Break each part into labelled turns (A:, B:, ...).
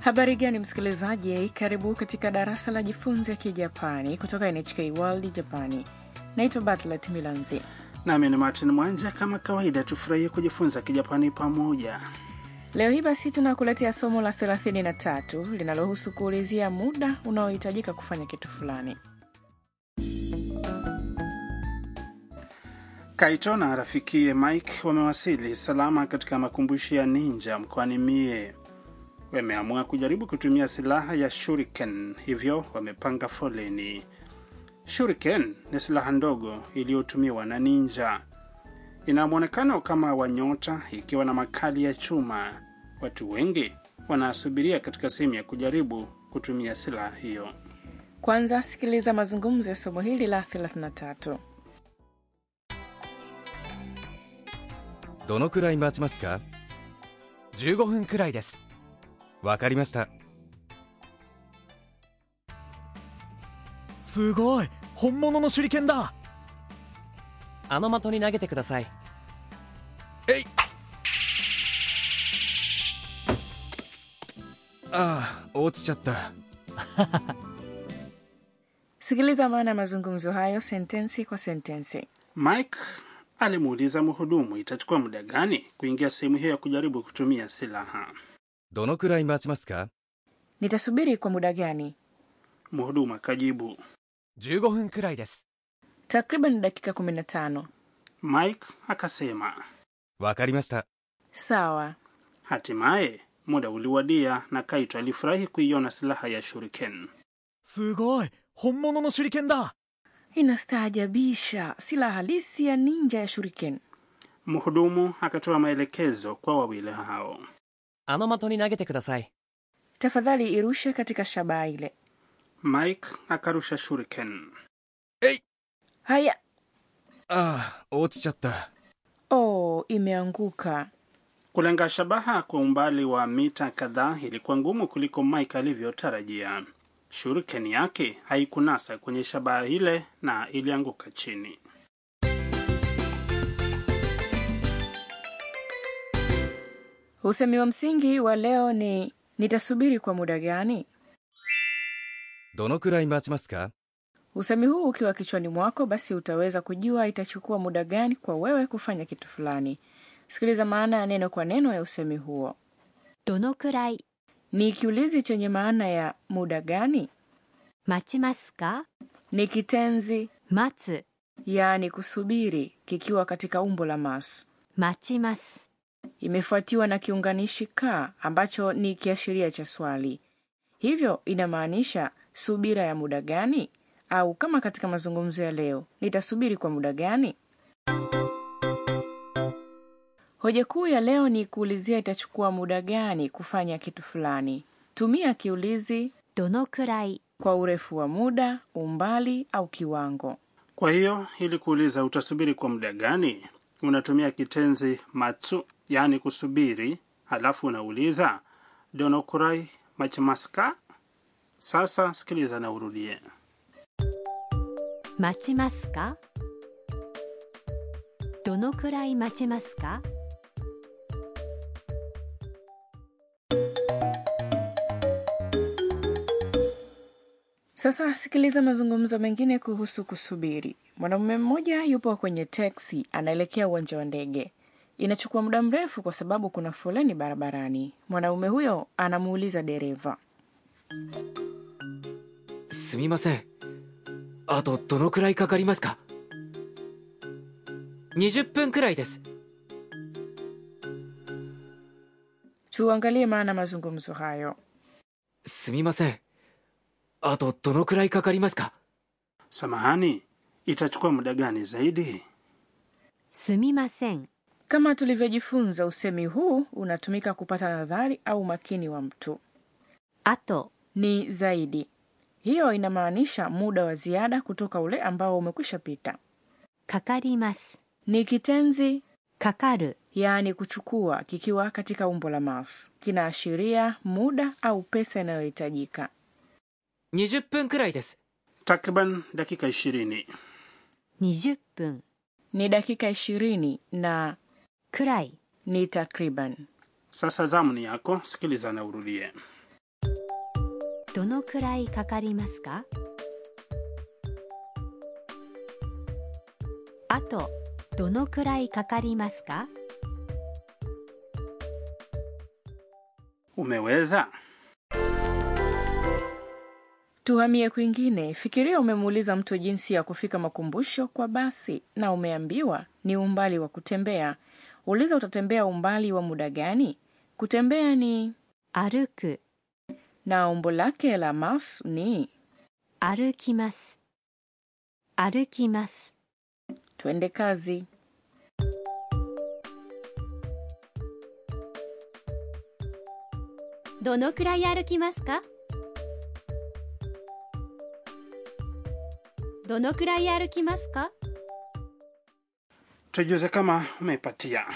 A: Habari gani msikilizaji, karibu katika darasa la jifunze ya Kijapani kutoka NHK World Japani. Naitwa Batlet Milanzi
B: nami ni Martin Mwanja. Kama kawaida, tufurahie kujifunza Kijapani pamoja.
A: leo hii. Basi tunakuletea somo la 33 linalohusu kuulizia muda unaohitajika kufanya kitu fulani.
B: Kaito na rafikiye Mike wamewasili salama katika makumbusho ya ninja mkoani Mie. Wameamua kujaribu kutumia silaha ya shuriken, hivyo wamepanga foleni. Shuriken ni silaha ndogo iliyotumiwa na ninja. Ina mwonekano kama wa nyota ikiwa na makali ya chuma. Watu wengi wanasubiria katika sehemu ya kujaribu kutumia silaha hiyo.
A: Kwanza sikiliza mazungumzo ya somo hili la 33.
C: どのくらい待ちますか
D: 15分くらいです
C: わかりました
D: すごい本物の手裏剣だ
E: あの的に投げてください
C: ああ落ちちゃった
A: Sikiliza maana ya mazungumzo hayo sentensi kwa sentensi.
B: Mike alimuuliza mhudumu itachukua muda gani kuingia sehemu hiyo ya kujaribu kutumia silaha.
C: どのくらい待ちますか
A: Nitasubiri kwa muda gani?
B: Mhudumu akajibu.
D: 15分くらいです
A: Takriban dakika 15.
B: Mike akasema
C: わかりました
A: Sawa.
B: hatimaye muda uliwadia, na Kaito alifurahi kuiona silaha ya shuriken.
D: すごい本物の手裏剣だ
A: Inastaajabisha, silaha halisi ya ninja ya shuriken.
B: Mhudumu akatoa maelekezo kwa wawili hao.
E: あの的に投げてください
A: Tafadhali irushe katika shabaha ile.
B: Mike akarusha shuriken.
A: Haya,
C: ああ落ちちゃった
A: oh, imeanguka.
B: Kulenga shabaha kwa umbali wa mita kadhaa ilikuwa ngumu kuliko Mike alivyotarajia. Shuriken yake haikunasa kwenye shabaha ile na ilianguka chini.
A: Usemi wa msingi wa leo ni nitasubiri kwa muda gani?
C: どのくらい待ちますか
A: Usemi huu ukiwa kichwani mwako, basi utaweza kujua itachukua muda gani kwa wewe kufanya kitu fulani. Sikiliza maana ya neno kwa neno ya usemi huo.
F: どのくらい
A: Ni kiulizi chenye maana ya muda gani,
F: 待ちますか
A: ni kitenzi
F: 待つ
A: yaani kusubiri, kikiwa katika umbo la mas,
F: 待ちます
A: imefuatiwa na kiunganishi ka ambacho ni kiashiria cha swali, hivyo inamaanisha subira ya muda gani, au kama katika mazungumzo ya leo, nitasubiri kwa muda gani. Hoja kuu ya leo ni kuulizia itachukua muda gani kufanya kitu fulani. Tumia kiulizi
F: どのくらい
A: kwa urefu wa muda, umbali au kiwango.
B: Kwa hiyo ili kuuliza utasubiri kwa muda gani, unatumia kitenzi matsu, yaani kusubiri, halafu unauliza donokurai machimaska. Sasa sikiliza na urudie.
F: 待ちますかどのくらい待ちますか
A: Sasa sikiliza mazungumzo mengine kuhusu kusubiri. Mwanamume mmoja yupo kwenye teksi anaelekea uwanja wa ndege. Inachukua muda mrefu kwa sababu kuna foleni barabarani. Mwanamume huyo anamuuliza dereva,
E: すみませんあとどのくらいかかりますか20分くらいです
A: tuangalie maana ya mazungumzo hayo.
E: すみませんあとどのくらいかかりますか
B: Samahani, itachukua muda gani zaidi?
F: すみません
A: Kama tulivyojifunza, usemi huu unatumika kupata nadhari au makini wa mtu,
F: あと
A: ni zaidi. Hiyo inamaanisha muda wa ziada kutoka ule ambao umekwisha pita.
F: かかります
A: Ni kitenzi
F: かかる
A: yaani kuchukua kikiwa katika umbo la mas kinaashiria muda au pesa inayohitajika.
E: 20分くらいです
B: Takriban dakika ishirini.
F: 20分
A: Ni dakika ishirini na
F: くらい
A: ni takriban.
B: Sasa zamu ni yako, sikiliza na urudie.
F: どのくらいかかりますかあとどのくらいかかりますか
B: Umeweza?
A: Tuhamie kwingine. Fikiria umemuuliza mtu jinsi ya kufika makumbusho kwa basi na umeambiwa ni umbali wa kutembea. Uliza utatembea umbali wa muda gani? Kutembea ni
F: 歩く
A: na umbo lake la mas ni
F: 歩きます歩きます
A: twende kazi.
B: Tujuze kama umepatia.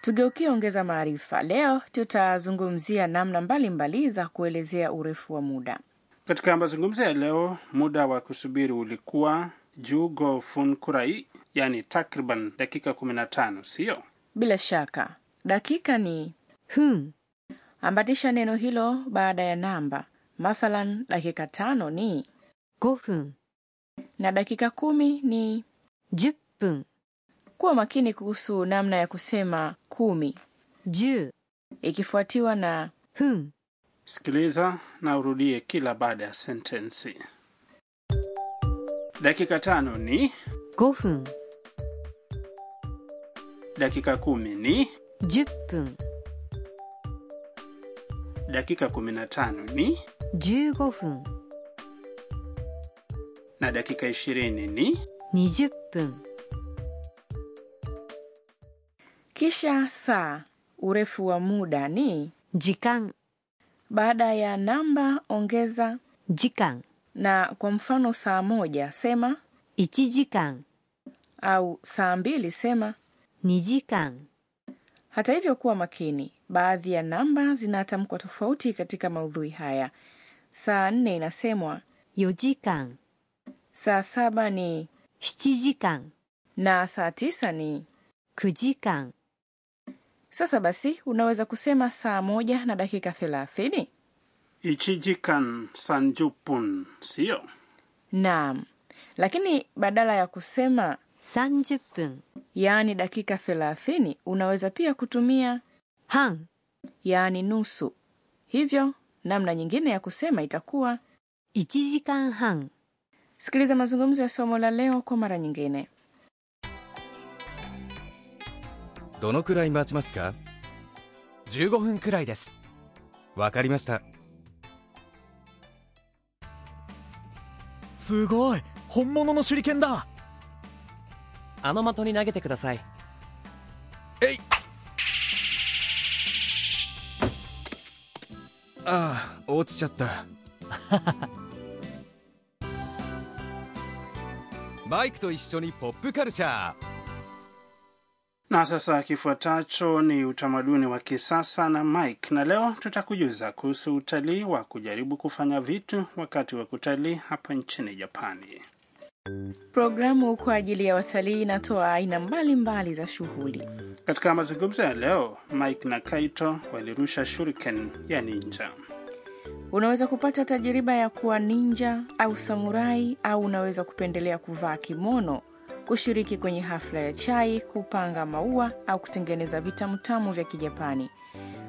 A: Tugeukie ongeza maarifa. Leo tutazungumzia namna mbalimbali za kuelezea urefu wa muda.
B: Katika mazungumzo ya leo, muda wa kusubiri ulikuwa jugo funkurai, yani takriban dakika 15, sio?
A: Bila shaka, dakika ni
F: 分
A: ambatisha neno hilo baada ya namba. Mathalan, dakika tano ni
F: 5分
A: na dakika kumi ni
F: 10分
A: kuwa makini kuhusu namna ya kusema kumi,
F: 10
A: ikifuatiwa na
F: 分
B: Sikiliza na urudie kila baada ya sentensi. Dakika tano ni,
F: 5分
B: dakika kumi ni,
F: 10分
B: dakika 15 ni,
F: 15分
B: na dakika 20 ni.
F: 20分
A: kisha saa. Urefu wa muda ni
F: 時間
A: baada ya namba ongeza
F: 時間
A: na. Kwa mfano, saa moja sema
F: 1時間
A: au saa mbili sema.
F: 2時間
A: Hata hivyo, kuwa makini, baadhi ya namba zinatamkwa tofauti katika maudhui haya. Saa nne inasemwa
F: 4時間
A: saa saba ni
F: 7時間
A: na saa tisa ni
F: 9時間
A: Sasa basi unaweza kusema saa moja na dakika thelathini.
B: Ichijikan sanjupun, sio?
A: Naam, lakini badala ya kusema
F: 30分
A: yaani dakika thelathini unaweza pia kutumia
F: 半
A: yaani nusu. Hivyo namna nyingine ya kusema itakuwa.
F: 1時間半
A: Sikiliza mazungumzo ya somo la leo kwa mara nyingine.
C: どのくらい待ちますか
D: 15分くらいです
C: わかりました
D: すごい本物の手裏剣だ
E: あの的に投げてください
C: ああ落ちちゃったマイクと一緒にポップカルチャー
B: Na sasa kifuatacho ni utamaduni wa kisasa na Mike, na leo tutakujuza kuhusu utalii wa kujaribu kufanya vitu wakati wa kutalii hapa nchini Japani.
A: Programu kwa ajili ya watalii inatoa aina mbalimbali za shughuli.
B: Katika mazungumzo ya leo, Mike na Kaito walirusha shuriken ya ninja.
A: Unaweza kupata tajiriba ya kuwa ninja au samurai, au unaweza kupendelea kuvaa kimono, kushiriki kwenye hafla ya chai, kupanga maua au kutengeneza vitamutamu vya Kijapani,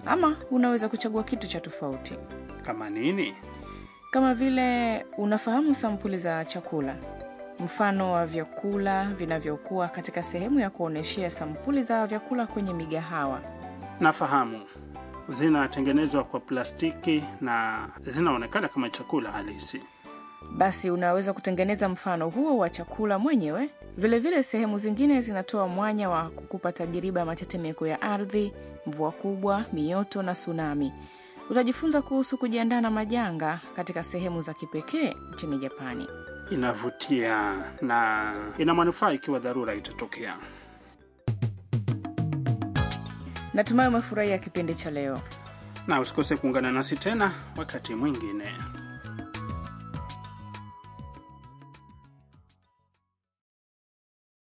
A: ama unaweza kuchagua kitu cha tofauti
B: Kama nini?
A: kama vile unafahamu sampuli za chakula, mfano wa vyakula vinavyokuwa katika sehemu ya kuonyeshea sampuli za vyakula kwenye migahawa.
B: Nafahamu zinatengenezwa kwa plastiki na zinaonekana kama chakula halisi.
A: basi unaweza kutengeneza mfano huo wa chakula mwenyewe. Vilevile vile sehemu zingine zinatoa mwanya wa kukupa tajiriba ya matetemeko ya ardhi, mvua kubwa, mioto na tsunami. Utajifunza kuhusu kujiandaa na majanga katika sehemu za kipekee nchini Japani.
B: Inavutia na ina manufaa ikiwa dharura itatokea.
A: Natumai umefurahia kipindi cha leo.
B: Na usikose kuungana nasi tena wakati mwingine.